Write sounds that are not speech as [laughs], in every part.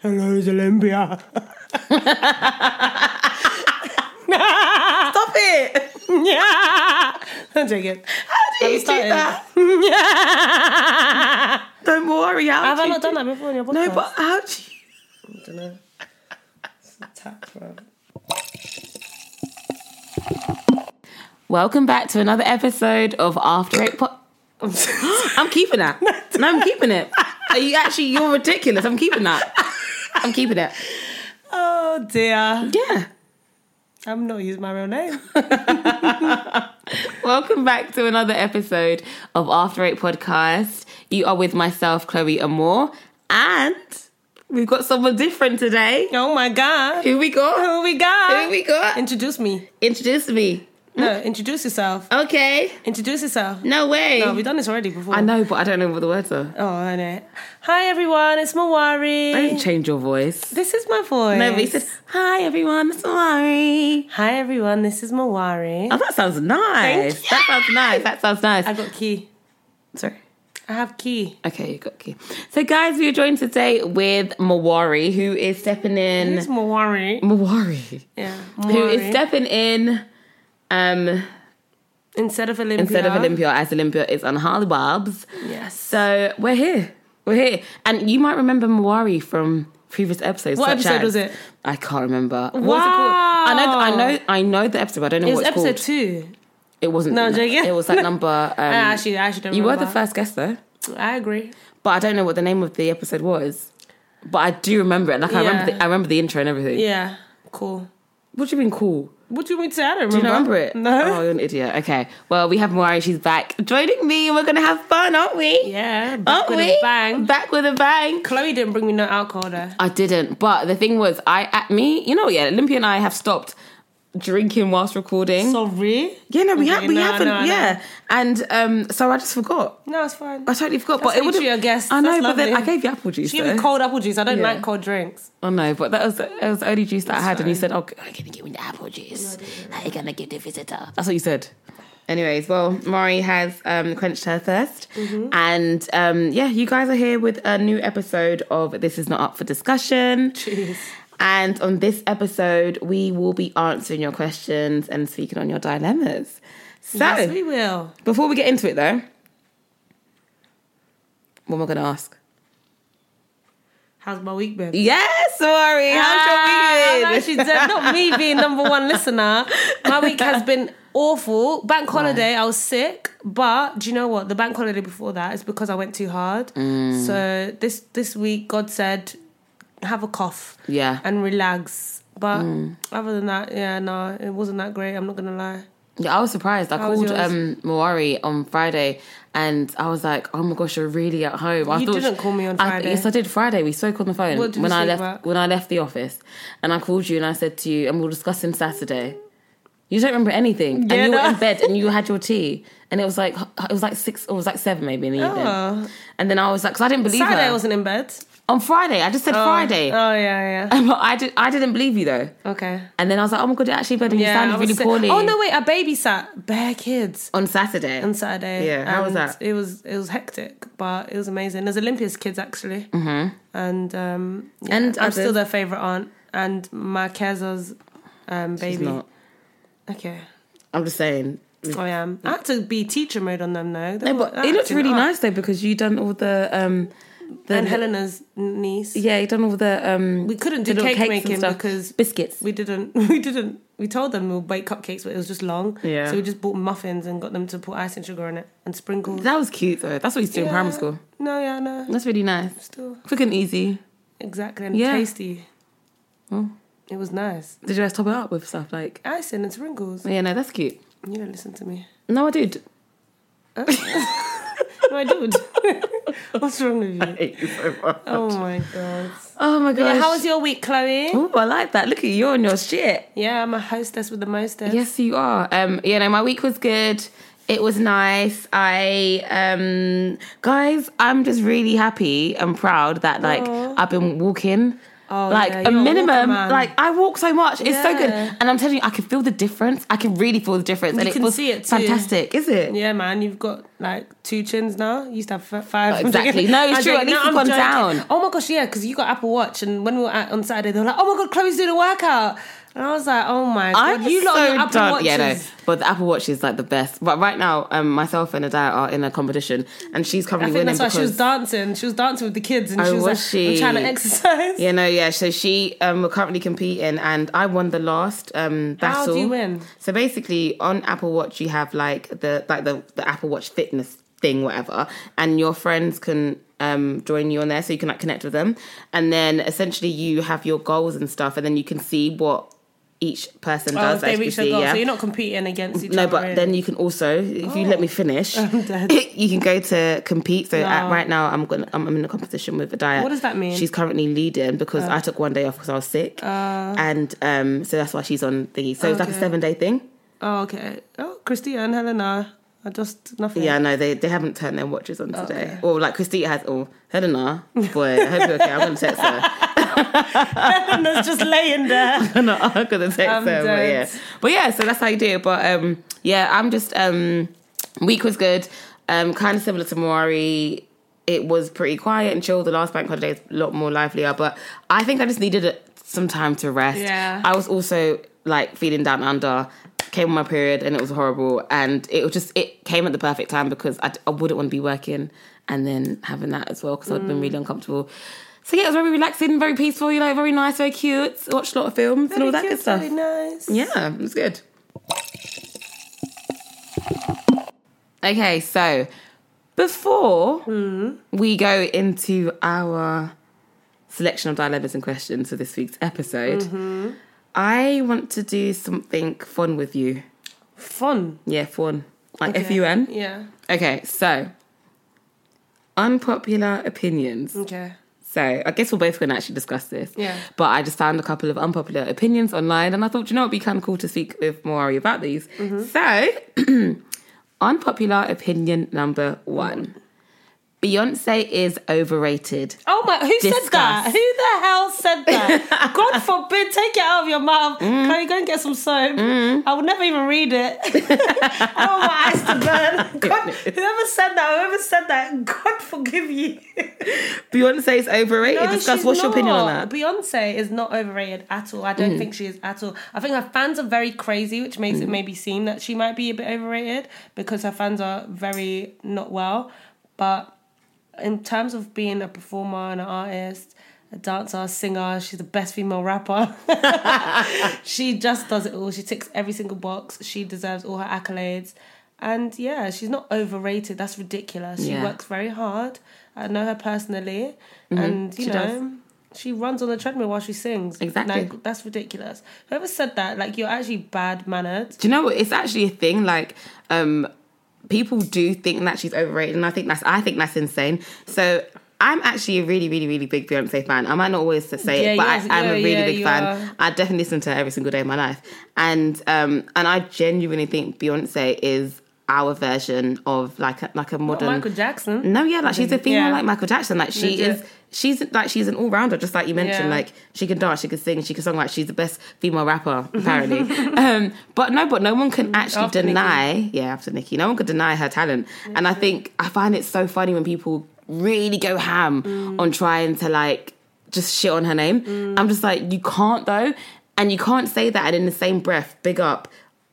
hello, it's Olympia. Stop it! [laughs] [laughs] yeah, I'll take it. How do you do started. that? Don't worry. How Have do I you not do- done that before in your podcast? No, but how do you? I don't know. It's a tap, bro. Welcome back to another episode of After Eight. [laughs] Po- I'm keeping that. No, I'm keeping it. Are you actually? You're ridiculous. I'm keeping that. I'm keeping it. Oh dear. Yeah. I'm not using my real name. Welcome back to another episode of After Eight Podcast. You are with myself, Chloe Amore, and we've got someone different today. Oh my god. Who we got? Who we got? Who we got? Hmm? Introduce me. Introduce me. No, introduce yourself. Okay. Introduce yourself. No way. No, we've done this already before. I know, but I don't know what the words are. Oh, I know. Hi everyone, it's Mawari. Don't change your voice. This is my voice. No, but he said, "Hi everyone, it's Mari." Hi everyone, this is Mawari. Oh, that sounds nice. Thank That sounds nice. That sounds nice. I got key. Sorry. I have key. Okay, you got key. So, guys, we are joined today with Mawari, who is stepping in. It's Mawari. Mawari. Yeah. who is Mawari. stepping in um instead of Olympia. instead of Olympia as Olympia is on Harley Bob's. Yes. So we're here. We're here. And you might remember Mawari from previous episodes. What such episode as- was it? I can't remember. What was it called? I know th- I know I know the episode, but I don't know It what was it's episode two. called. It wasn't No, I'm joking. it was [laughs] that number um, I actually, I actually don't You were remember. the first guest though. I agree. But I don't know what the name of the episode was. But I do remember it. Like I remember Yeah. the, I remember the intro and everything. Yeah. Cool. What do you mean cool? What do you want me to say? I don't remember. Do you not remember it? No. Oh, you're an idiot. Okay. Well, we have Mari. She's back joining me. and We're going to have fun, aren't we? [laughs] Yeah. Aren't Back with we? a bang. Back with a bang. Chloe didn't bring me no alcohol though. I didn't. But the thing was, I, at me, you know, yeah, Olympia and I have stopped drinking whilst recording. Sorry. Mm. yeah, no, we, Okay, have, we no, haven't. no, no. yeah. And um, so I just forgot. No, it's fine. I totally forgot. That's but it how you would treat your guests. I know, That's but then I lovely. gave you apple juice. She gave me though. cold apple juice. I don't Yeah. like cold drinks. Oh no, but that was that was the only juice that I had, and you said, "Oh, I'm gonna give me the apple juice. I'm gonna give the visitor." That's what you said. Anyways, well, Mari has um, quenched her thirst, Mm-hmm. and um, yeah, you guys are here with a new episode of "This Is Not Up for Discussion." Jeez. And on this episode, we will be answering your questions and speaking on your dilemmas. So, Yes, we will. before we get into it, though, what am I gonna ask? How's my week been? Yes, Mari, how's your week? Ah, been? I'm actually dead. Not me being number one listener. My week has been awful. Bank holiday, I was sick. But do you know what? The bank holiday before that is because I went too hard. Mm. So this this week, God said, have a cough [laughs] Yeah. and relax. But Mm. other than that, yeah, no, it wasn't that great. I'm not gonna lie. Yeah, I was surprised. I was called yours? um Mawari on Friday and I was like, Oh my gosh, you're really at home. I You didn't call me on I- Friday. yes, I did Friday. We spoke on the phone What did we when I speak left about? when I left the office and I called you and I said to you, and we'll discuss him Saturday. You don't remember anything. Yeah, and you no. were in bed and you had your tea. And it was like it was like six or it was like seven maybe in the evening. Oh. And then I was like, 'cause I didn't believe Saturday, her. I wasn't in bed. on Friday, I just said Friday. Oh yeah, yeah. [laughs] But I did I didn't believe you though. Okay. And then I was like, Oh my god, you're actually in bed and Yeah, you I sounded was really sick. poorly Oh no, wait! I babysat bare kids. on Saturday. on Saturday. Yeah, how was and that? It was it was hectic, but it was amazing. There's Olympia's kids actually, and um, yeah, Mm-hmm. And I'm still others. their favorite aunt, and Marqueza's um, baby. It's not. Okay, I'm just saying. I am. I had to be teacher mode on them though. They No, were but it looks acting really up. nice though because you done all the um, the And Helena's niece. yeah, you done all the um. We couldn't the do little cake cakes and making stuff. because biscuits. we didn't. [laughs] We didn't. We told them we'll bake cupcakes, but it was just long. Yeah. So we just bought muffins and got them to put ice and sugar on it and sprinkles. That was cute though. That's what you do in primary Yeah. school. No, yeah, no. That's really nice. Still. Quick and easy. Exactly, and Yeah. Hmm. tasty. It was nice. Did you guys top it up with stuff like? Icing and sprinkles. Yeah, no, that's cute. You don't listen to me. No, I did. No, I did. [laughs] What's wrong with you? Oh my god. Oh my Yeah, gosh. how was your week, Chloe? Oh, I like that. Look at you on your shit. Yeah, I'm a hostess with the mostest. Yes, you are. Um, you know, my week was good. It was nice. I um guys, I'm just really happy and proud that like I've been walking Oh, like yeah, a you're a minimum, walker, man. like I walk so much. It's so good, Yeah. and I'm telling you, I can feel the difference. I can really feel the difference, and You it can was see it too. fantastic, is it? Yeah, man, you've got like two chins now. You used to have f- five. [laughs] Oh, exactly. No, it's I true. think- At least no, you've I'm gone joking. down. Oh my gosh, yeah, because you got Apple Watch, and when we were at, on Saturday, they were like, "Oh my god, Chloe's doing a workout," and I was like, "Oh my I'm god, you lot on so your Apple done. Watches." Yeah, no, but the Apple Watch is like the best. But right now, um, myself and Adia are in a competition, and she's I currently think that's winning why because she was dancing. She was dancing with the kids, and Oh, she was, was like, she? "I'm trying to exercise." [laughs] Yeah, no, yeah. So she um we're currently competing and I won the last um battle. How do you win? So basically on Apple Watch you have like the like the, the Apple Watch fitness thing, whatever, and your friends can um join you on there so you can like connect with them. And then essentially you have your goals and stuff and then you can see what each person Oh, does. if they as you reach their see, goal, yeah. so you're not competing against each other. No, eh? but really. then you can also, if [laughs] you let me finish, Oh, I'm dead. [laughs] you can go to compete. So at, No. right now, I'm gonna, I'm, I'm in a competition with a diet. What does that mean? Uh. She's currently leading because I took one day off because I was sick, and um, so that's why she's on thingy. So it's like a Okay. seven day thing. oh, okay. Oh, Christina and Helena are just nothing. Yeah, no, they they haven't turned their watches on Oh, today. Or like Christina has. Oh, [laughs] Helena, boy, I hope you're okay. I'm gonna text her. [laughs] Helena's just laying there. no, [laughs] I'm gonna text I'm her. But yeah, dead. but yeah, so that's how you do it. But um, yeah, I'm just um, week was good. Um, kind of similar to Mori. It was pretty quiet and chill. The last bank holiday is a lot more livelier, but I think I just needed a, some time to rest. Yeah. I was also like feeling down under. Came on my period and it was horrible, and it was just it came at the perfect time because I, d- I wouldn't want to be working and then having that as well because I'd been really uncomfortable. So yeah, it was very relaxing, very peaceful, you know, very nice, very cute. Watched a lot of films and all that good It's stuff. Really nice. Yeah, it was good. Okay, so before we go into our selection of dilemmas and questions for this week's episode, I want to do something fun with you. Fun. Yeah, fun. Like F Okay. U N. Yeah. Okay, so unpopular opinions. Okay. So I guess we're both going to actually discuss this. Yeah. But I just found a couple of unpopular opinions online, and I thought, you know, it'd be kind of cool to speak with Mori about these. So, [clears throat] unpopular opinion number one: Beyonce is overrated. Oh my, who Discuss. said that? Who the hell said that? God forbid, take it out of your mouth. Chloe, go and get some soap. I would never even read it. I don't want my eyes to burn. God, whoever said that, whoever said that, God forgive you. Beyonce is overrated. No, discuss. she's What's your opinion on not. that? Mm. Beyonce is not overrated at all. I don't think she is at all. I think her fans are very crazy, which makes it maybe seem that she might be a bit overrated because her fans are very not well. But in terms of being a performer and an artist, a dancer, a singer, she's the best female rapper. [laughs] she just does it all. She ticks every single box. She deserves all her accolades. And yeah, she's not overrated. That's ridiculous. She Yeah. works very hard. I know her personally. And, you Mm-hmm. she does. know, she runs on the treadmill while she sings. Exactly. Like, that's ridiculous. Whoever said that, like, you're actually bad mannered. Do you know what? It's actually a thing. Like, um, people do think that she's overrated, and I think that's I think that's insane. So. I'm actually a really, really, really big Beyonce fan. I might not always say it, Yeah, but I, yes, I'm yeah, a really yeah, big you fan. are. I definitely listen to her every single day of my life, and um, and I genuinely think Beyonce is our version of like a, like a modern Michael Jackson. no, yeah, like she's a female Yeah. like Michael Jackson. Like she Legit. is, she's like she's an all rounder, just like you mentioned. Yeah. Like she can dance, she can sing, she can song. Like she's the best female [laughs] rapper apparently. um, but no, but no one can actually Mm, After Nicki. deny. Yeah, after Nicki, no one could deny her talent. And I think I find it so funny when people really go ham Mm. on trying to like just shit on her name. I'm just like, you can't though, and you can't say that and in the same breath big up.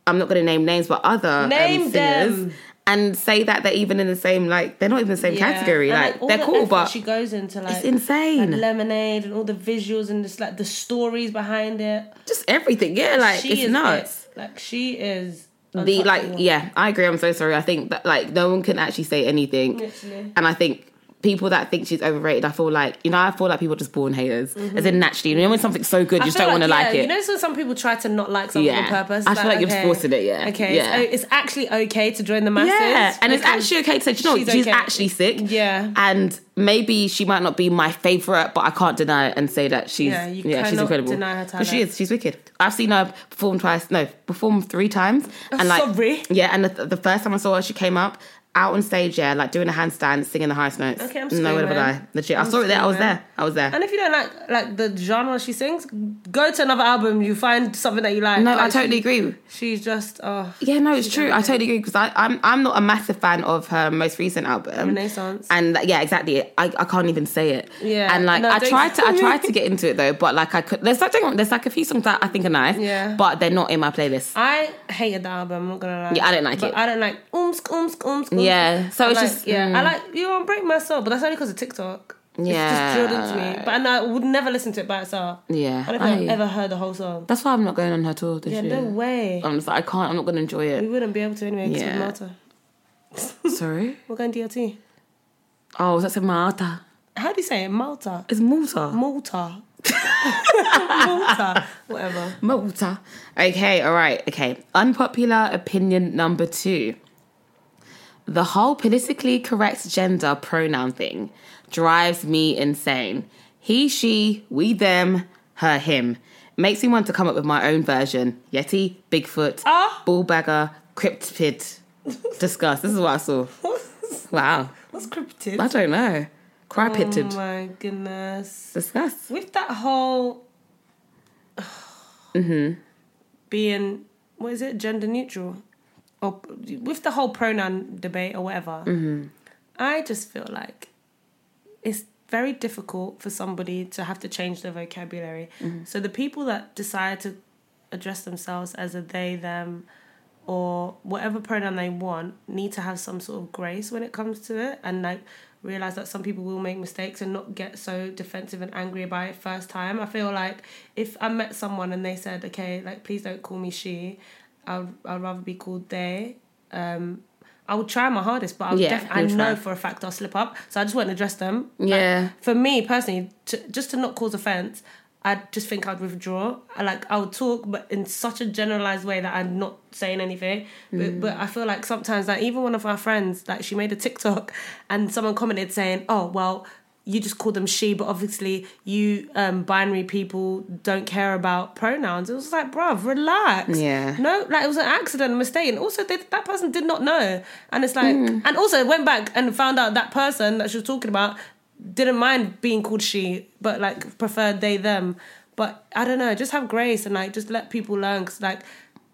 I'm not going to name names, but other Name um, singers them. and say that they're even in the same like they're not even the same Yeah. category And, like, all they're the cool effort but she goes into like it's insane like lemonade and all the visuals and just like the stories behind it. just everything yeah like she it's is nuts it. Like she is the like untouchable. yeah i agree i'm so sorry i think that like no one can actually say anything Literally. and i think people that think she's overrated i feel like you know i feel like people are just born haters as in naturally you know when something's so good you Mm-hmm. I just feel don't want to yeah, like it You know, so some people try to not like something Yeah. on purpose. I feel like you're just forcing it, yeah. Okay. Yeah. It's, it's actually okay to join the masses. yeah, and it's because- actually okay to say, you know, she's, she's she's okay. actually sick. Yeah. and maybe she might not be my favorite, but I can't deny it and say that she's yeah, Yeah, you she's cannot incredible. deny her 'Cause She talent. is. She's wicked. I've seen her perform twice. No, perform three times. And like, Oh, Sorry. yeah, and the, the first time I saw her, she came up out on stage, yeah, like doing a handstand, singing the highest notes. Okay, I'm No, would screaming. I? Legit, i I'm saw it there. I was screaming. there. I was there. And if you don't like like the genre she sings, go to another album. You find something that you like. No, Like, I totally she- agree. She's just oh Yeah, no, it's true. I totally agree because I'm I'm not a massive fan of her most recent album, Renaissance. And like, yeah, exactly. I, I can't even say it. Yeah. And like No, I don't- tried [laughs] to I tried to get into it though, but like I could. There's like don't- there's like a few songs that I think are nice. Yeah. But they're not in my playlist. I hated the album. I'm not gonna lie. Yeah, I don't like But it. I don't like oomsk oomsk oomsk. oomsk. Yeah, so I it's like- just- yeah. mm. I like you won't break my soul, but that's only because of TikTok. Yeah, it's just drilled into me. I But and I would never listen to it by itself. Yeah. I don't think I've I- ever heard the whole song. That's why I'm not going on her tour this Yeah, year. no way. I'm just like I can't. I'm not going to enjoy We [laughs] it. wouldn't be able to anyway. Yeah. Oh. Yeah. We're Malta. Sorry. We're going DLT. Oh, that's in Malta. How do you say it? Malta. It's Malta. [laughs] Malta. Malta. Whatever. Malta. Okay. All right. Okay. Unpopular opinion number two. The whole politically correct gender pronoun thing drives me insane. He, she, we, them, her, him. Makes me want to come up with my own version. Yeti, Bigfoot, Ah. ball bagger, cryptid. Disgust. This is what I [laughs] saw. What's, Wow. what's cryptid? I don't know. Cryptid. Oh my goodness. Disgust. With that whole being what is it, gender neutral? Or with the whole pronoun debate or whatever, I just feel like it's very difficult for somebody to have to change their vocabulary. Mm-hmm. So the people that decide to address themselves as a they, them, or whatever pronoun they want need to have some sort of grace when it comes to it and like realize that some people will make mistakes and not get so defensive and angry about it first time. I feel like if I met someone and they said, okay, like please don't call me she, I'd, I'd rather be called they. Um, I would try my hardest, but I, would Yeah, def- I you'll try. know for a fact I'll slip up. So I just wouldn't address them. Like, Yeah. for me personally, to, just to not cause offense, I just think I'd withdraw. I, like I would talk, but in such a generalized way that I'm not saying anything. But, Mm. but I feel like sometimes, like even one of our friends, like she made a TikTok, and someone commented saying, "Oh well." You just call them she, but obviously you um, binary people don't care about pronouns. It was like, bruv, relax. Yeah. No, like it was an accident, a mistake, and also they, that person did not know. And it's like, Mm. and also went back and found out that person that she was talking about didn't mind being called she, but like preferred they them. But I don't know, just have grace and like just let people learn. Cause like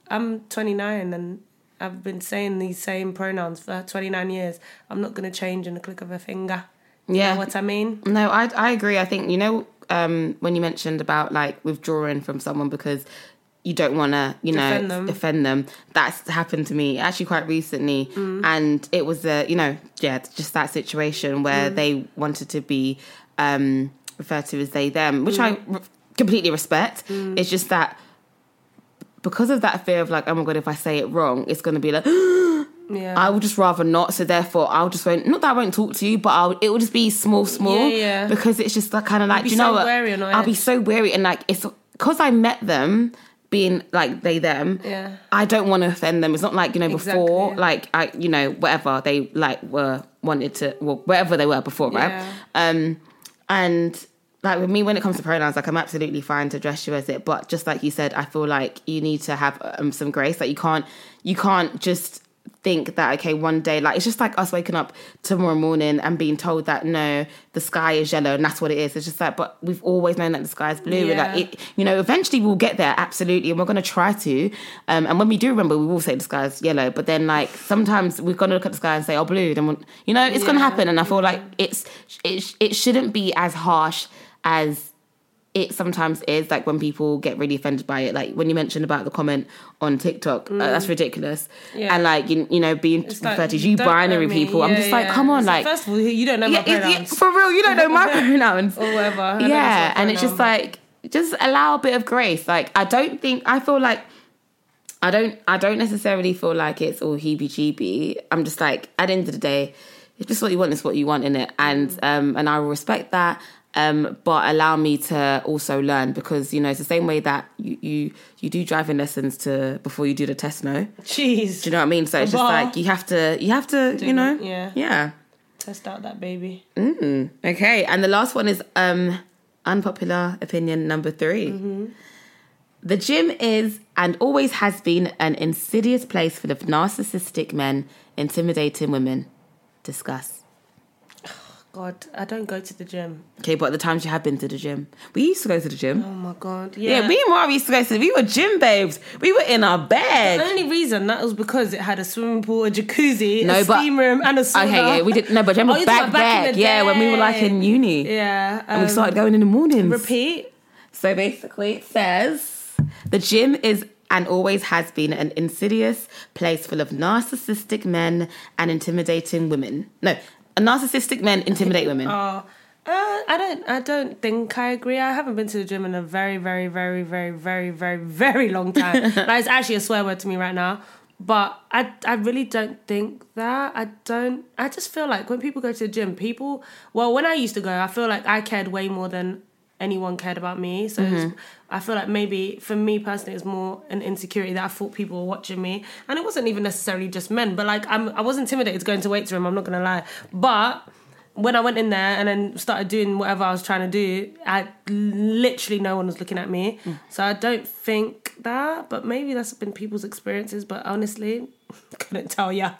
I'm 29 and I've been saying these same pronouns for 29 years. I'm not gonna change in the click of a finger. You Yeah. know what I mean? No, I I agree. I think you know um, when you mentioned about like withdrawing from someone because you don't want to you know Offend them. offend them. That's happened to me actually quite recently, and it was a you know yeah just that situation where they wanted to be um, referred to as they them, which I re- completely respect. It's just that. Because of that fear of like, oh my god, if I say it wrong, it's gonna be like, [gasps] Yeah. I would just rather not. So therefore, I'll just won't. Not that I won't talk to you, but I'll. It will just be small, small. Yeah, yeah. Because it's just like kind of like be do you know so what? wary on it. I'll be so wary and like it's because I met them being like they them. Yeah. I don't want to offend them. It's not like you know before Exactly. like I you know whatever they like were wanted to well whatever they were before right. Yeah. Um, and like with me when it comes to pronouns, like I'm absolutely fine to address you as it, but just like you said, I feel like you need to have um, some grace. Like you can't you can't just think that okay one day like it's just like us waking up tomorrow morning and being told that no the sky is yellow and that's what it is it's just like but we've always known that the sky is blue We're like Yeah. it you know eventually we'll get there absolutely and we're going to try to um and when we do remember we will say the sky is yellow but then like sometimes we're going to look at the sky and say oh blue then we'll, you know it's going to Yeah. happen and i feel like it's it, sh- it shouldn't be as harsh as it sometimes is like when people get really offended by it like when you mentioned about the comment on tiktok uh, that's ridiculous Mm. Yeah. and like you, you know being It's like, referred to as you don't know binary me. people i'm Yeah, just like yeah. come on So like first of all, you don't know my yeah, it- pronouns. yeah, for real you don't [laughs] know my pronouns or whatever. I don't know yeah what's my and it's just pronoun. like just allow a bit of grace like i don't think i feel like i don't i don't necessarily feel like it's all heebie jeebie i'm just like at the end of the day it's just what you want is what you want in it Mm. and um and i will respect that um but allow me to also learn because you know it's the same way that you you, you do driving lessons to before you do the test no Jeez. do you know what i mean so it's just Bar. like you have to you have to you know yeah. yeah Test out that baby. Mm. Mm-hmm. Okay, and the last one is um unpopular opinion number 3 The gym is and always has been an insidious place full of narcissistic men intimidating women. Discuss. God, I don't go to the gym. Okay, but the times you have been to the gym, we used to go to the gym. Oh my god. Yeah, Yeah. me and Mara used to go to. We were gym babes. We were in our the bed. only reason that was because it had a swimming pool, a jacuzzi, [laughs] No, a but- steam room, and a sauna. Okay, yeah, we did. No, but do you Oh, remember you're back, talking about back in back, the yeah, when we were like in uni, Yeah. and we um, started going in the mornings. Repeat. So basically, it says the gym is and always has been an insidious place full of narcissistic men and intimidating women. No, narcissistic men intimidate women. Oh, uh, I don't. I don't think I agree. I haven't been to the gym in a very, very, very, very, very, very, very long time. like it's actually a swear word to me right now. But I, I really don't think that. I don't. I just feel like when people go to the gym, people. Well, when I used to go, I feel like I cared way more than anyone cared about me. So it's, I feel like maybe for me personally, it's more an insecurity that I thought people were watching me, and it wasn't even necessarily just men. But like I'm, I was intimidated going to weights room. I'm not gonna lie, but when I went in there and then started doing whatever I was trying to do, I literally no one was looking at me. So I don't think that, but maybe that's been people's experiences. But honestly, [laughs] couldn't tell ya.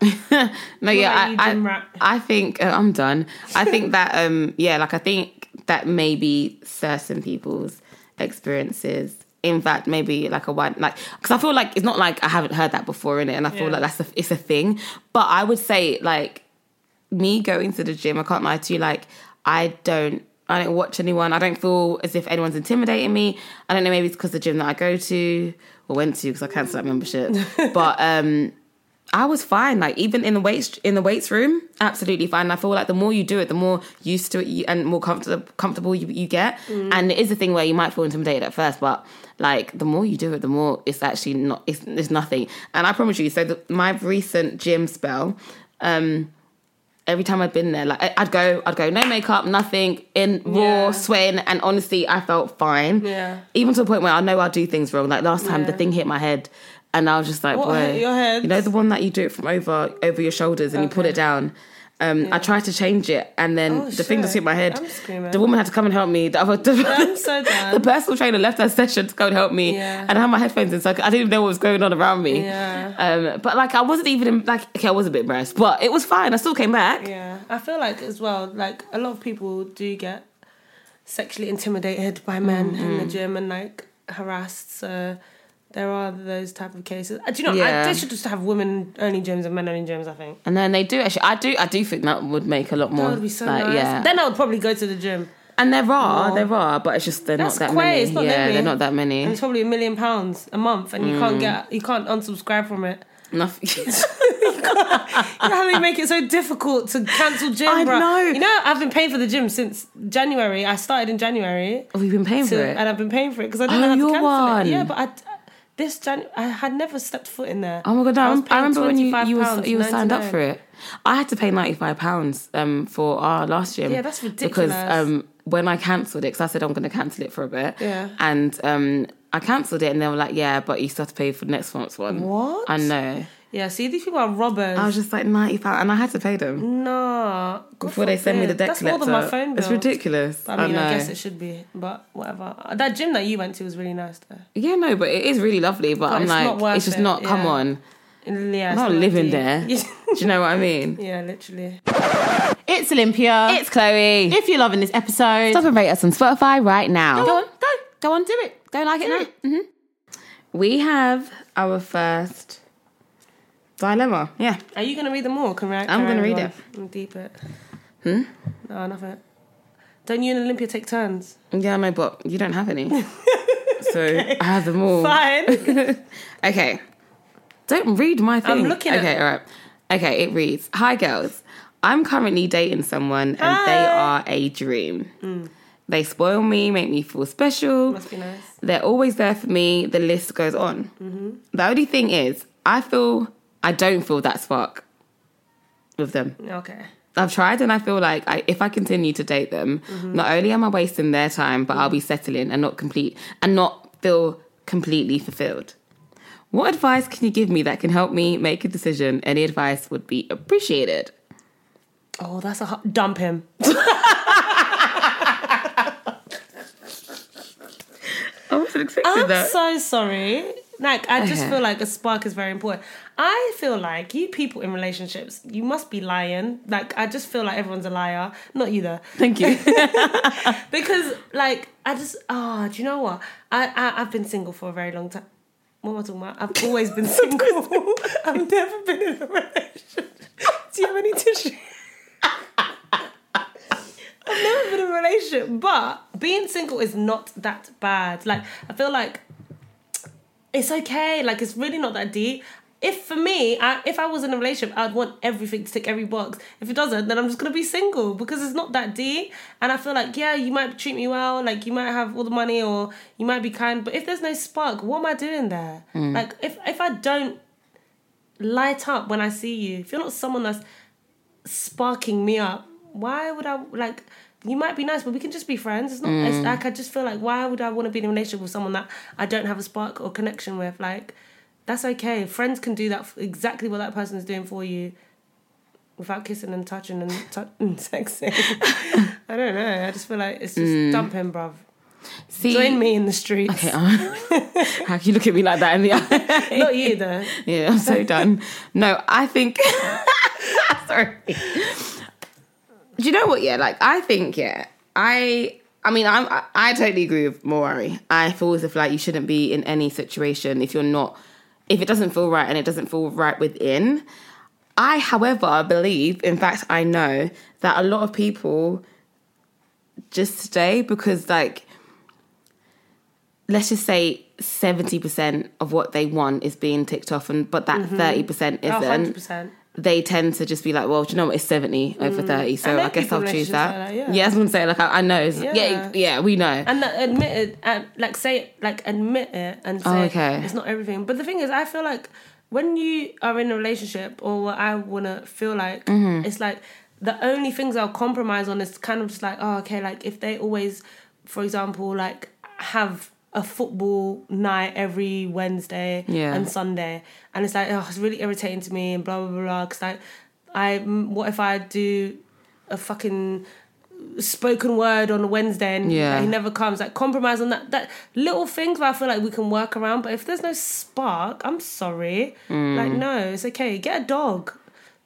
no, yeah, about you, I, gym I, rat? I think uh, I'm done. I [laughs] think that, um, yeah, like I think that maybe certain people's experiences. In fact, maybe like a one, like because I feel like it's not like I haven't heard that before in it, and I feel Yeah. like that's a, it's a thing. But I would say like me going to the gym, I can't lie to you, like I don't I don't watch anyone. I don't feel as if anyone's intimidating me. I don't know, maybe it's because the gym that I go to or went to because I cancelled that [laughs] membership. but um I was fine. Like even in the weights in the weights room, absolutely fine. And I feel like the more you do it, the more used to it you, and more comfortable comfortable you, you get. Mm. And it is a thing where you might feel intimidated at first, but like the more you do it, the more it's actually not. It's, it's nothing. And I promise you. So the, my recent gym spell, um, every time I'd been there, like I- I'd go, I'd go, no makeup, nothing, in raw, Yeah. sweating, and honestly, I felt fine. Yeah. Even to a point where I know I do things wrong. Like last time, the Yeah. thing hit my head. And I was just like, What boy, hit your head? you know the one that you do it from over over your shoulders and you pull Okay. it down. Um, I tried to change it, and then Oh, the shit. thing just hit my head. I'm screaming. The woman had to come and help me. The other, [laughs] the, I'm so done. the personal trainer left her session to go and help me, Yeah. and I had my headphones in, so I c- I didn't even know what was going on around me. Yeah. Um, but like I wasn't even in, like okay, I was a bit embarrassed, but it was fine. I still came back. Yeah, I feel like as well, like a lot of people do get sexually intimidated by men in the Mm-hmm. gym and like harassed. So there are those type of cases. Uh, Do you know? Yeah. I, they should just have women only gyms and men only gyms. I think And then they do actually. I do. I do think that would make a lot more. that would be so like, nice. Yeah. Then I would probably go to the gym. and there are, More. there are, but it's just they're That's not that quite- many. it's not that yeah, many. they're not that [laughs] many. And it's probably a million pounds a month, and you Mm. can't get you can't unsubscribe from it. Nothing. [laughs] You know how they make it so difficult to cancel gym? [laughs] I bruh? know. You know, I've been paying for the gym since January. I started in January. We've been paying for to- it. and I've been paying for it because I didn't Oh, know how to your cancel one. it. Yeah, but I, this Jan, I had never stepped foot in there. Oh my god! No, I, was rem- I paying remember when you you were, £25.99. you were signed up for it. I had to pay ninety five pounds um for our last gym. Yeah, that's Because ridiculous. um when I cancelled it, because I said I'm going to cancel it for a bit. Yeah. And um I cancelled it, and they were like, "Yeah, but you still have to pay for next month's one." What? I know. Yeah, see, these people are robbers. I was just like ninety five, and I had to pay them no. God before they send me the forbid. debt Mm, That's collector. more than my phone bill. It's ridiculous. I mean, know. I, guess it should be, but whatever. That gym that you went to was really nice, though. yeah, no, but it is really lovely. But, I'm it's like, not worth it's just it, not. Come yeah. on, Yeah, I'm it's not not living deep. there. Do you know what I mean? [laughs] yeah, literally. It's Olympia. It's Chloe. if you're loving this episode, Stop and rate us on Spotify right now. go on, go, go on, do it. Go like it now. Mm-hmm. We have our first dilemma. Yeah. Are you going to read them all? Can I, I'm gonna read it. I'm deep it. Hmm? No, enough of it. Don't you and Olympia take turns? Yeah, no, but you don't have [laughs] any. so I have them all. [laughs] Fine. Okay. Don't read my thing. looking at Okay, it. all right. Okay, it reads Hi, girls. I'm currently dating someone and they Hi. are a dream. Mm. They spoil me, make me feel special. Must be nice. They're always there for me. The list goes on. The only thing is, I feel I don't feel that spark with them. Okay. I've tried and I feel like I, if I continue to date them, not only am I wasting their time, but I'll be settling and not complete and not feel completely fulfilled. What advice can you give me that can help me make a decision? Any advice would be appreciated. Oh, that's a hot dump him. I'm wasn't expecting I'm that. so sorry. Like, I just Okay. feel like a spark is very important. I feel like you people in relationships, you must be lying. Like, I just feel like everyone's a liar. Not you, though. Thank you. [laughs] Because, like, I just, oh, do you know what? I, I, I've been single for a very long time. What am I talking about? I've always [laughs] been single. I've never been in a relationship. Do you have any tissue? I've never been in a relationship, but being single is not that bad. Like, I feel like it's okay. Like it's really not that deep. If for me, I, if I was in a relationship, I'd want everything to tick every box. If it doesn't, then I'm just gonna be single because it's not that deep. And I feel like yeah, you might treat me well, like you might have all the money or you might be kind, but if there's no spark, what am I doing there? Like if if I don't light up when I see you, if you're not someone that's sparking me up, why would I like? You might be nice, but we can just be friends. It's not. It's like I just feel like why would I want to be in a relationship with someone that I don't have a spark or connection with? Like, that's okay. Friends can do that f- exactly what that person is doing for you, without kissing and touching and, tou- [laughs] and sexing. I don't know. I just feel like it's just dump him, bruv. See, Join me in the streets. Okay, um, [laughs] how can you look at me like that in the eye? Not you though. Yeah, I'm so done. No, I think. [laughs] sorry. Do you know what? Yeah, like I think yeah. I I mean I'm I, I totally agree with Morari. I feel as if like you shouldn't be in any situation if you're not if it doesn't feel right and it doesn't feel right within. I, however, believe, in fact, I know that a lot of people just stay because, like, let's just say 70% of what they want is being ticked off, and but that 30% Mm-hmm. A hundred isn't percent. they tend to just be like, well, do you know what? It's 70 over 30, I so know I, guess people I'll choose relationships that. like that, yeah. yeah. that's what I'm saying. Like, I, I know. It's- Yeah. Yeah. yeah, we know. and that admitted um, like say like admit it and say Oh, okay. it's not everything but the thing is i feel like when you are in a relationship or what i want to feel like Mm-hmm. it's like the only things i'll compromise on is kind of just like oh okay like if they always for example like have a football night every wednesday Yeah. and Sunday, and it's like oh, it's really irritating to me and blah blah blah. Because like, I mm, what if I do a fucking spoken word on a Wednesday and Yeah. he never comes? Like compromise on that that little things where I feel like we can work around. But if there's no spark, I'm sorry. Like no, it's okay. Get a dog.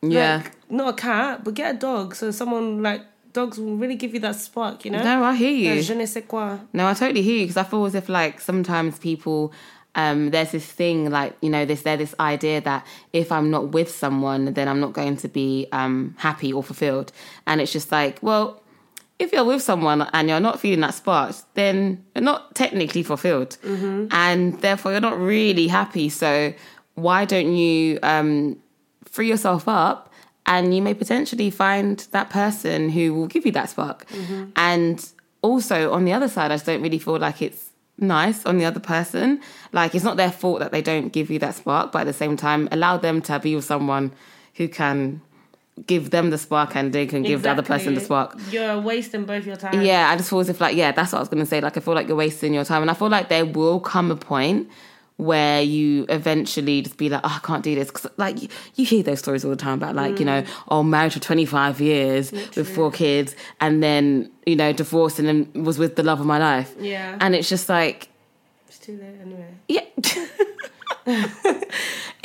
Mm. Yeah. Like, not a cat, but get a dog. So someone like dogs will really give you that spark. You know. no, I hear you. Yeah, je ne sais quoi. No, I totally hear you because I feel as if like sometimes people, um, there's this thing like you know this there's this idea that if I'm not with someone, then I'm not going to be um happy or fulfilled, and it's just like well. If you're with someone and you're not feeling that spark, then you're not technically fulfilled, and therefore you're not really happy. So why don't you um, free yourself up and you may potentially find that person who will give you that spark. And also on the other side, I just don't really feel like it's nice on the other person. Like it's not their fault that they don't give you that spark, but at the same time, allow them to be with someone who can give them the spark and they can give the other person the Exactly. spark. You're wasting both your time. Yeah, I just feel as if like yeah, that's what I was gonna say. Like I feel like you're wasting your time, and I feel like there will come a point where you eventually just be like, oh, I can't do this because like you, you hear those stories all the time about like you know, oh, married for 25 years with four kids, and then you know, divorced and then was with the love of my life. Yeah. and it's just like It's too late anyway. yeah.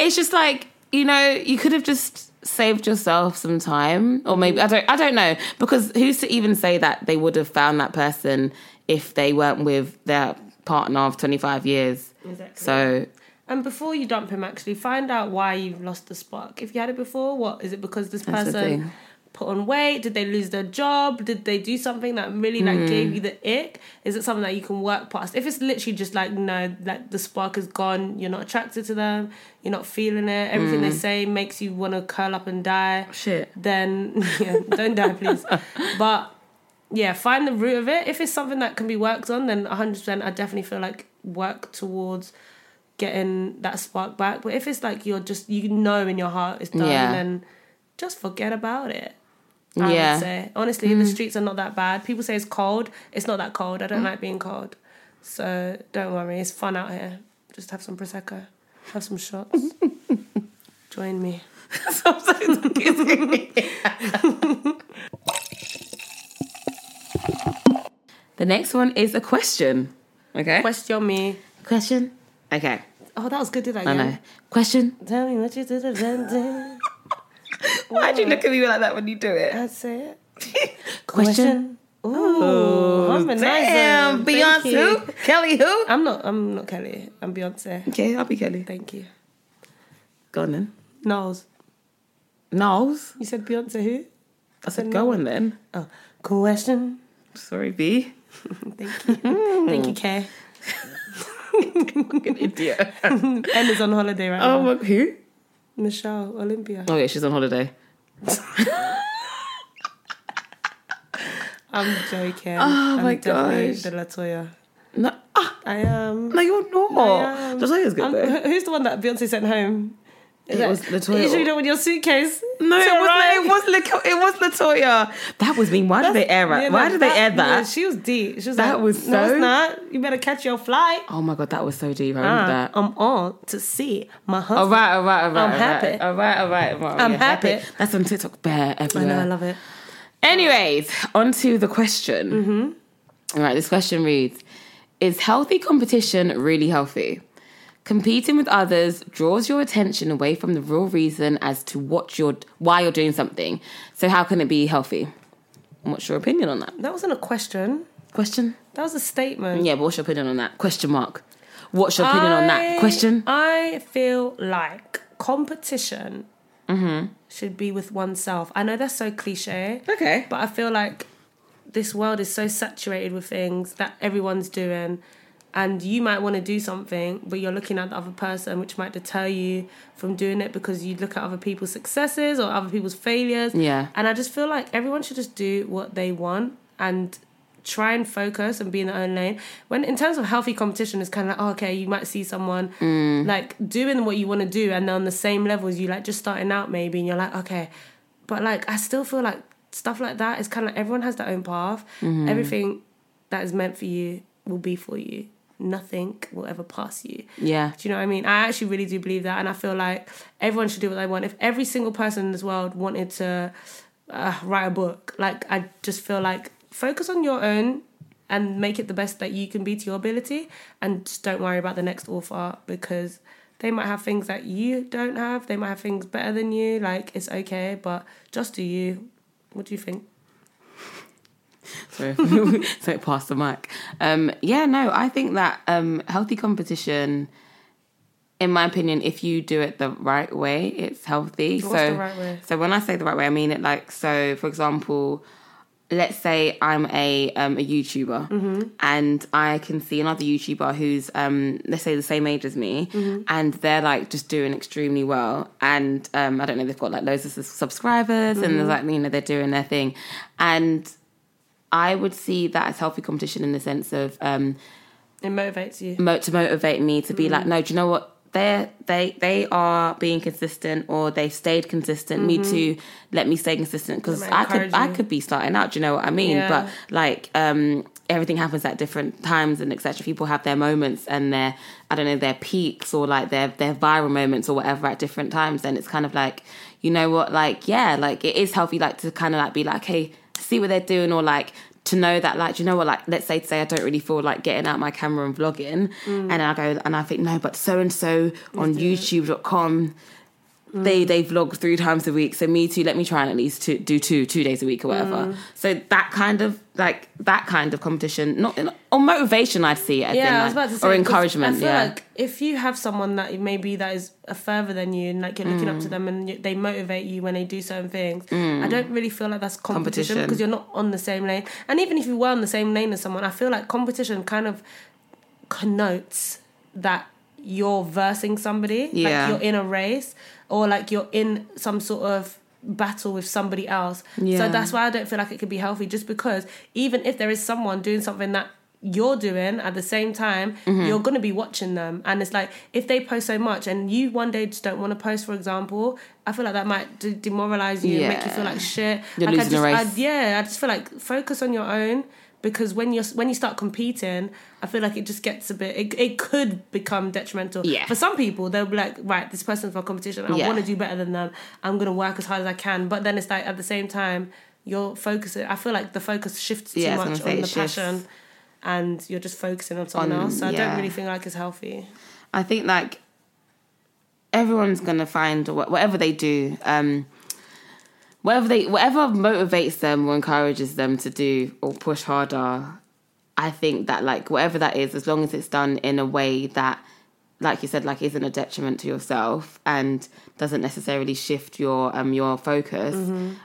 it's just like, you know, you could have just saved yourself some time or maybe I don't I don't know because who's to even say that they would have found that person if they weren't with their partner of 25 years. Exactly. So, And before you dump him, actually find out why you've lost the spark. If you had it before, what is it because this That's the person thing. put on weight? Did they lose their job? Did they do something that really like gave you the ick? Is it something that you can work past? If it's literally just like no, like the spark is gone. You're not attracted to them. You're not feeling it. Everything they say makes you want to curl up and die. Shit. Then [laughs] yeah, don't die, please. [laughs] But yeah, find the root of it. If it's something that can be worked on, then 100%, I definitely feel like work towards getting that spark back. But if it's like you're just, you know, in your heart it's done, Yeah. then just forget about it. I Yeah. Mm. would say. Honestly, the streets are not that bad. People say it's cold. It's not that cold. I don't like being cold. So don't worry. It's fun out here. Just have some Prosecco, have some shots. [laughs] Join me. [laughs] the next one is a question. Okay. Question me. Question. Okay. Oh, that was good. Did that I again? know. Question. Tell me what you did and then Why do you look at me like that when you do it? I'd say it. [laughs] Question. Ooh, oh, harmonizer. Damn, Thank Beyonce you. who? Kelly who? I'm not. I'm not Kelly. I'm Beyonce. Okay, I'll be Kelly. Thank you. Go on then. Knowles. Knowles. You said Beyonce who? I said go on then. Oh, question. Sorry, B. [laughs] Thank you. Thank you, Kay. Fucking idiot. Em is on holiday right [laughs] oh now. my who? Michelle Olympia. Oh yeah, she's on holiday. I'm joking. Oh I'm my definitely gosh. The Latoya. No ah, I am. no you're I not. am. Latoya's good I'm- though. Um, Who's the one that Beyonce sent home? It Like, was Latoya. Usually done with your suitcase. No, it So was, right? it was Lato- it was Latoya. That was mean. Why did they air Yeah, it? Why no, did they air yeah, that? she was deep. She was That like, was no, so- it's not. You better catch your flight. Oh my god, that was so deep. I remember Uh, that. Oh, I'm on to see my husband. All right, all right, all I'm right. all right, happy. All right, all right, all right. I'm Yeah, happy. That's on TikTok bear I everywhere. know, I love it. Anyways, on to the question. All right, this question reads Is healthy competition really healthy? Competing with others draws your attention away from the real reason as to what you're, why you're doing something. So, how can it be healthy? And what's your opinion on that? That wasn't a question. Question? That was a statement. Yeah, but what's your opinion on that? Question mark. What's your opinion on that? I- Question? I feel like competition Mm-hmm. should be with oneself. I know that's so cliche. Okay. But I feel like this world is so saturated with things that everyone's doing. And you might want to do something, but you're looking at the other person, which might deter you from doing it because you look at other people's successes or other people's failures. Yeah. And I just feel like everyone should just do what they want and try and focus and be in their own lane. When in terms of healthy competition, it's kind of like, oh, okay, you might see someone like doing what you want to do and they're on the same level as you, like just starting out maybe, and you're like, okay. But like, I still feel like stuff like that is kind of like everyone has their own path. Everything that is meant for you will be for you. Nothing will ever pass you. Yeah. Do you know what I mean? I actually really do believe that, and I feel like everyone should do what they want. If every single person in this world wanted to uh, write a book, like I just feel like focus on your own and make it the best that you can be to your ability, and just don't worry about the next author because they might have things that you don't have. They might have things better than you. Like it's okay, but just do you. What do you think? Sorry, so [laughs] it passed the mic. Um, yeah, no, I think that um, healthy competition, in my opinion, if you do it the right way, it's healthy. What's so, the right way? so when I say the right way, I mean it like so. For example, let's say I'm a um, a YouTuber Mm-hmm. and I can see another YouTuber who's um, let's say the same age as me, Mm-hmm. and they're like just doing extremely well, and um, I don't know, they've got like loads of sus- subscribers, and Mm-hmm. they're like you know they're doing their thing, and I would see that as healthy competition in the sense of um, It motivates you. mo- to motivate me to be like, no, do you know what? They they they are being consistent, or they've stayed consistent. Me too. Let me stay consistent because They I might could encourage I you. could be starting out. Do you know what I mean? Yeah. But like um, everything happens at different times and etc. People have their moments and their I don't know their peaks or like their their viral moments or whatever at different times. And it's kind of like you know what like yeah like it is healthy like to kind of like be like hey see what they're doing or like to know that like do you know what like let's say today I don't really feel like getting out my camera and vlogging and I go and I think no but so and so on YouTube.com they Mm. they vlog three times a week so me too let me try and at least two, do two two days a week or whatever Mm. so that kind of like that kind of competition not or motivation i'd see it as in, yeah, I was like- about to say or 'cause encouragement I feel yeah like if you have someone that maybe that is a further than you, and like you're looking Mm. up to them, and you, they motivate you when they do certain things, I don't really feel like that's competition Competition. because you're not on the same lane. And even if you were on the same lane as someone, I feel like competition kind of connotes that you're versing somebody. Yeah. Like you're in a race or like you're in some sort of battle with somebody else. Yeah. So that's why I don't feel like it could be healthy just because even if there is someone doing something that you're doing at the same time, Mm-hmm. you're gonna be watching them. And it's like if they post so much and you one day just don't want to post, for example, I feel like that might de- demoralize you and make you Yeah. feel like shit. You're like I losing the just, race. I- yeah, I just feel like focus on your own because when you're when you start competing, I feel like it just gets a bit. It, it could become detrimental. Yeah. For some people, they'll be like, right, this person's my competition. I Yeah. want to do better than them. I'm gonna work as hard as I can. But then it's like at the same time, you're focusing. I feel like the focus shifts too Yeah, I was much gonna say on the it shifts. passion, and you're just focusing on someone On- else. So I yeah. don't really think like it's healthy. I think like everyone's gonna find wh- whatever they do, um, whatever they whatever motivates them or encourages them to do or push harder. I think that like whatever that is, as long as it's done in a way that, like you said, like isn't a detriment to yourself and doesn't necessarily shift your um your focus.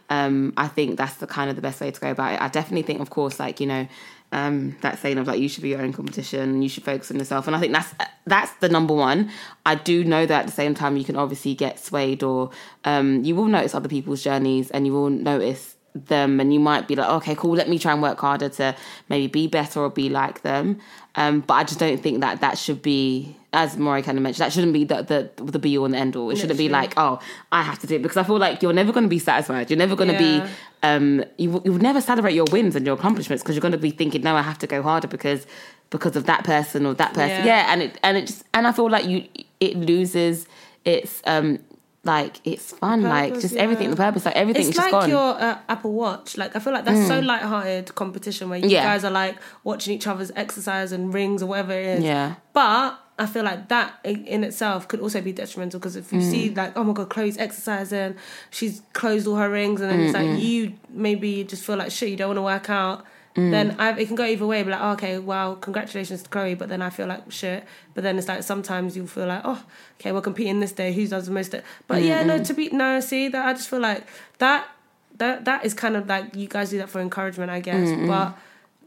Um, I think that's the kind of the best way to go about it. I definitely think, of course, like you know, um, that saying of like you should be your own competition, you should focus on yourself, and I think that's that's the number one. I do know that at the same time you can obviously get swayed, or um, you will notice other people's journeys, and you will notice them, and you might be like, okay, cool, let me try and work harder to maybe be better or be like them. Um, but I just don't think that that should be, as Maury kind of mentioned, that shouldn't be the the, the be all and the end all. It shouldn't be like, oh, I have to do it because I feel like you're never going to be satisfied. You're never going to Yeah. be um, you will- you'll never celebrate your wins and your accomplishments because you're going to be thinking, no, I have to go harder because because of that person or that Yeah. person. Yeah, and it and it just and I feel like you it loses its um like it's fun like purpose, just everything yeah. the purpose like everything's It's just like gone. Mm. your uh, Apple Watch. Like I feel like that's so light-hearted competition where you Yeah. guys are like watching each other's exercise and rings or whatever it is. Yeah. But I feel like that in in itself could also be detrimental because if you see like, oh my god, Chloe's exercising, she's closed all her rings, and then it's like you maybe you just feel like shit, you don't want to work out. Then I, it can go either way. Be like, oh, okay, well, congratulations to Chloe, but then I feel like shit. But then it's like sometimes you feel like, oh, okay, we're competing this day. Who does the most? But yeah, no, to be no, see that I just feel like that that that is kind of like you guys do that for encouragement, I guess. But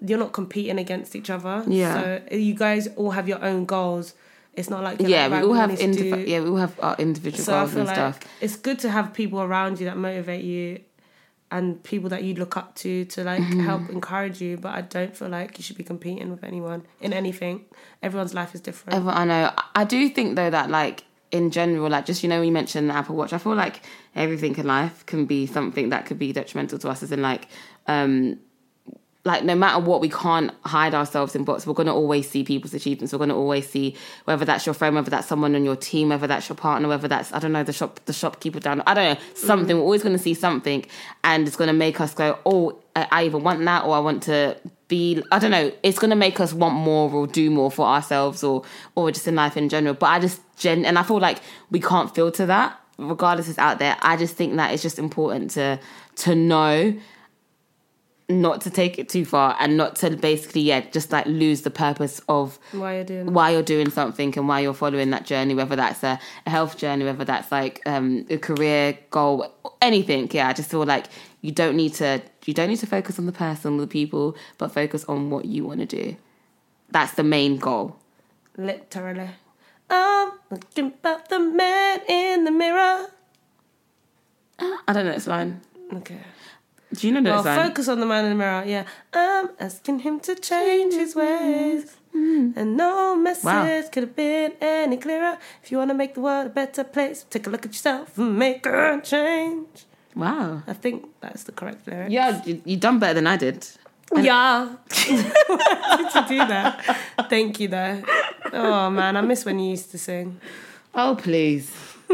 you're not competing against each other. Yeah. So you guys all have your own goals. It's not like you're yeah, like, right, we all have need to indiv- do- yeah we all have our individual So I goals feel and like stuff. it's good to have people around you that motivate you, and people that you look up to to like Mm-hmm. help encourage you. But I don't feel like you should be competing with anyone in anything. Everyone's life is different. Everyone, I know. I- I do think though that like in general, like just you know, when you mentioned the Apple Watch, I feel like everything in life can be something that could be detrimental to us, as in like um like no matter what, we can't hide ourselves in box. We're gonna always see people's achievements. We're gonna always see whether that's your friend, whether that's someone on your team, whether that's your partner, whether that's I don't know the shop the shopkeeper down. I don't know something. We're always gonna see something, and it's gonna make us go, oh, I, I either want that or I want to be. I don't know. It's gonna make us want more or do more for ourselves or or just in life in general. But I just gen and I feel like we can't filter that regardless it's out there. I just think that it's just important to to know not to take it too far and not to basically yeah just like lose the purpose of Why you're doing it. why you're doing something and why you're following that journey whether that's a, a health journey whether that's like um, a career goal anything yeah i just feel like you don't need to you don't need to focus on the person or the people but focus on what you want to do that's the main goal Literally. I'm looking about the man in the mirror. [gasps] i don't know this line Okay. do you know this Well, line focus on the man in the mirror. Yeah, I'm asking him to change his ways, Mm. and no message could have been any clearer. If you want to make the world a better place, take a look at yourself and make a change. wow I think that's the correct lyric. yeah you, you done better than i did yeah. [laughs] Why did you do that? Thank you, though. Oh man, I miss when you used to sing. Oh, please. [laughs]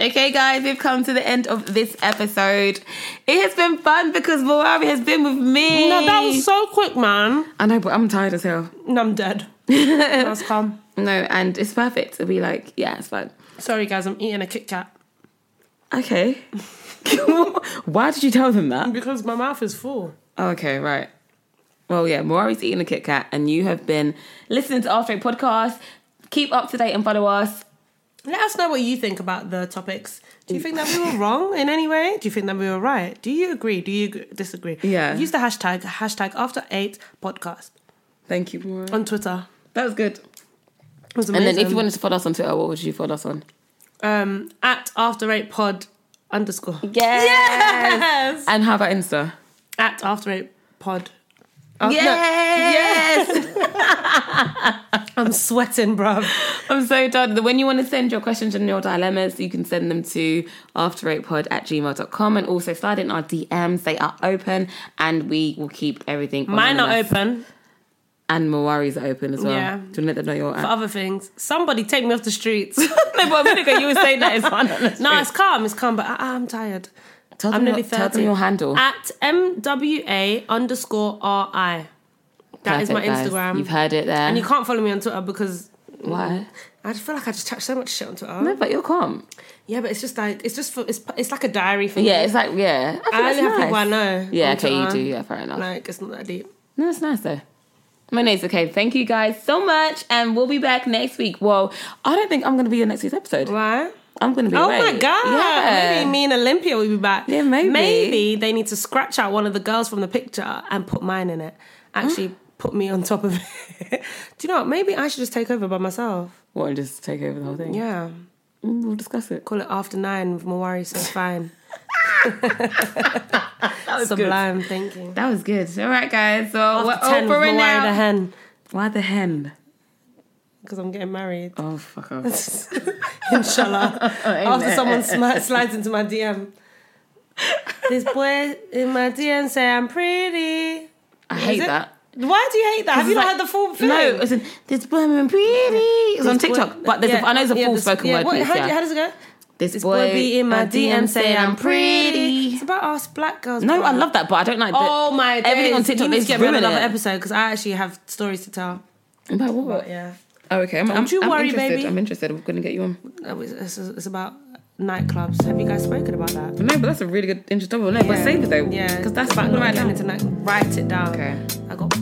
okay, guys, we've come to the end of this episode. It has been fun because Mawari has been with me. No, that was so quick, man. I know, but I'm tired as hell. No, I'm [laughs] dead. That's calm. No, and it's perfect. It'll be like, yeah, it's fine. Sorry, guys, I'm eating a Kit Kat [laughs] Okay. [laughs] Why did you tell them that? Oh, because my mouth is full. Okay, right. Well, yeah, Maury's eating a Kit Kat, and you have been listening to After Eight Podcast. Keep up to date and follow us. Let us know what you think about the topics. Do you think that we [laughs] were wrong in any way? Do you think that we were right? Do you agree? Do you ag- disagree? Yeah. Use the hashtag hashtag after eight podcast Thank you, Maury. on Twitter. That was good. um, It was And amazing. then if you wanted to follow us on Twitter, what would you follow us on? um at after eight pod underscore Yes. yes [laughs] And how about Insta? Oh, at after eight pod. yes. Oh. I'm sweating, bruv. I'm so done. When you want to send your questions and your dilemmas, you can send them to after8pod at gmail.com and also slide in our DMs. They are open and we will keep everything. Mine are anonymous. open And Mawari's are open as well. Yeah. Do you want to let them know you're for at? other things. Somebody take me off the streets. [laughs] no, but a minute ago you were saying that it's fun. no, it's calm. It's calm, but I, I'm tired. Tell them, I'm your, nearly 30. tell them your handle. At MWA underscore RI. That is Perfect, my guys. Instagram. You've heard it there. and you can't follow me on Twitter because Why? I just feel like I just touch so much shit on Twitter. No, but you're calm. Yeah, but it's just like it's just for it's it's like a diary for me. Yeah, it's like yeah. I, think I that's only have people I nice. know. Yeah, on okay, you Twitter. do. Yeah, fair enough. Like it's not that deep. No, it's nice though. My name's okay. Thank you guys so much, and we'll be back next week. Well, I don't think I'm gonna be in next week's episode. Right? I'm gonna be. Oh away. my god! Yeah. Maybe me and Olympia will be back. Yeah, maybe. Maybe they need to scratch out one of the girls from the picture and put mine in it. [gasps] Actually, put me on top of it. [laughs] do you know what? Maybe I should just take over by myself. What and just take over the whole thing? Yeah, Mm, we'll discuss it. call it after nine with Mawari. [laughs] So fine. Sublime thinking. That was good. All right, guys. So After we're ten with over and Mawari the out. hen Why the hen? because I'm getting married. [laughs] Oh fuck off. Inshallah. After Amen. someone smi- slides into my DM. this boy in my DM say I'm pretty. I hate it- that. Why do you hate that? Have you It's not like- had the full feeling? No, it's in, this woman pretty. It's on This boy- TikTok, but there's a, yeah, I know it's a yeah, full this- spoken yeah, word what- piece. how, yeah. how does it go? This, This boy be in my DM saying I'm pretty. It's about us black girls. No, bro. I love that, but I don't like. that- Oh my days. Everything on TikTok You need is to get me on ruining another it. episode because I actually have stories to tell. About what? But yeah, Oh, okay. I'm, I'm, you I'm worry, interested. baby. I'm interested. We're gonna get you on. That was- it's, it's about nightclubs. Have you guys spoken about that? No, but that's a really good intro double. No, but Yeah. save it though. Yeah, because that's about what not I planning to like, write it down. Okay. I got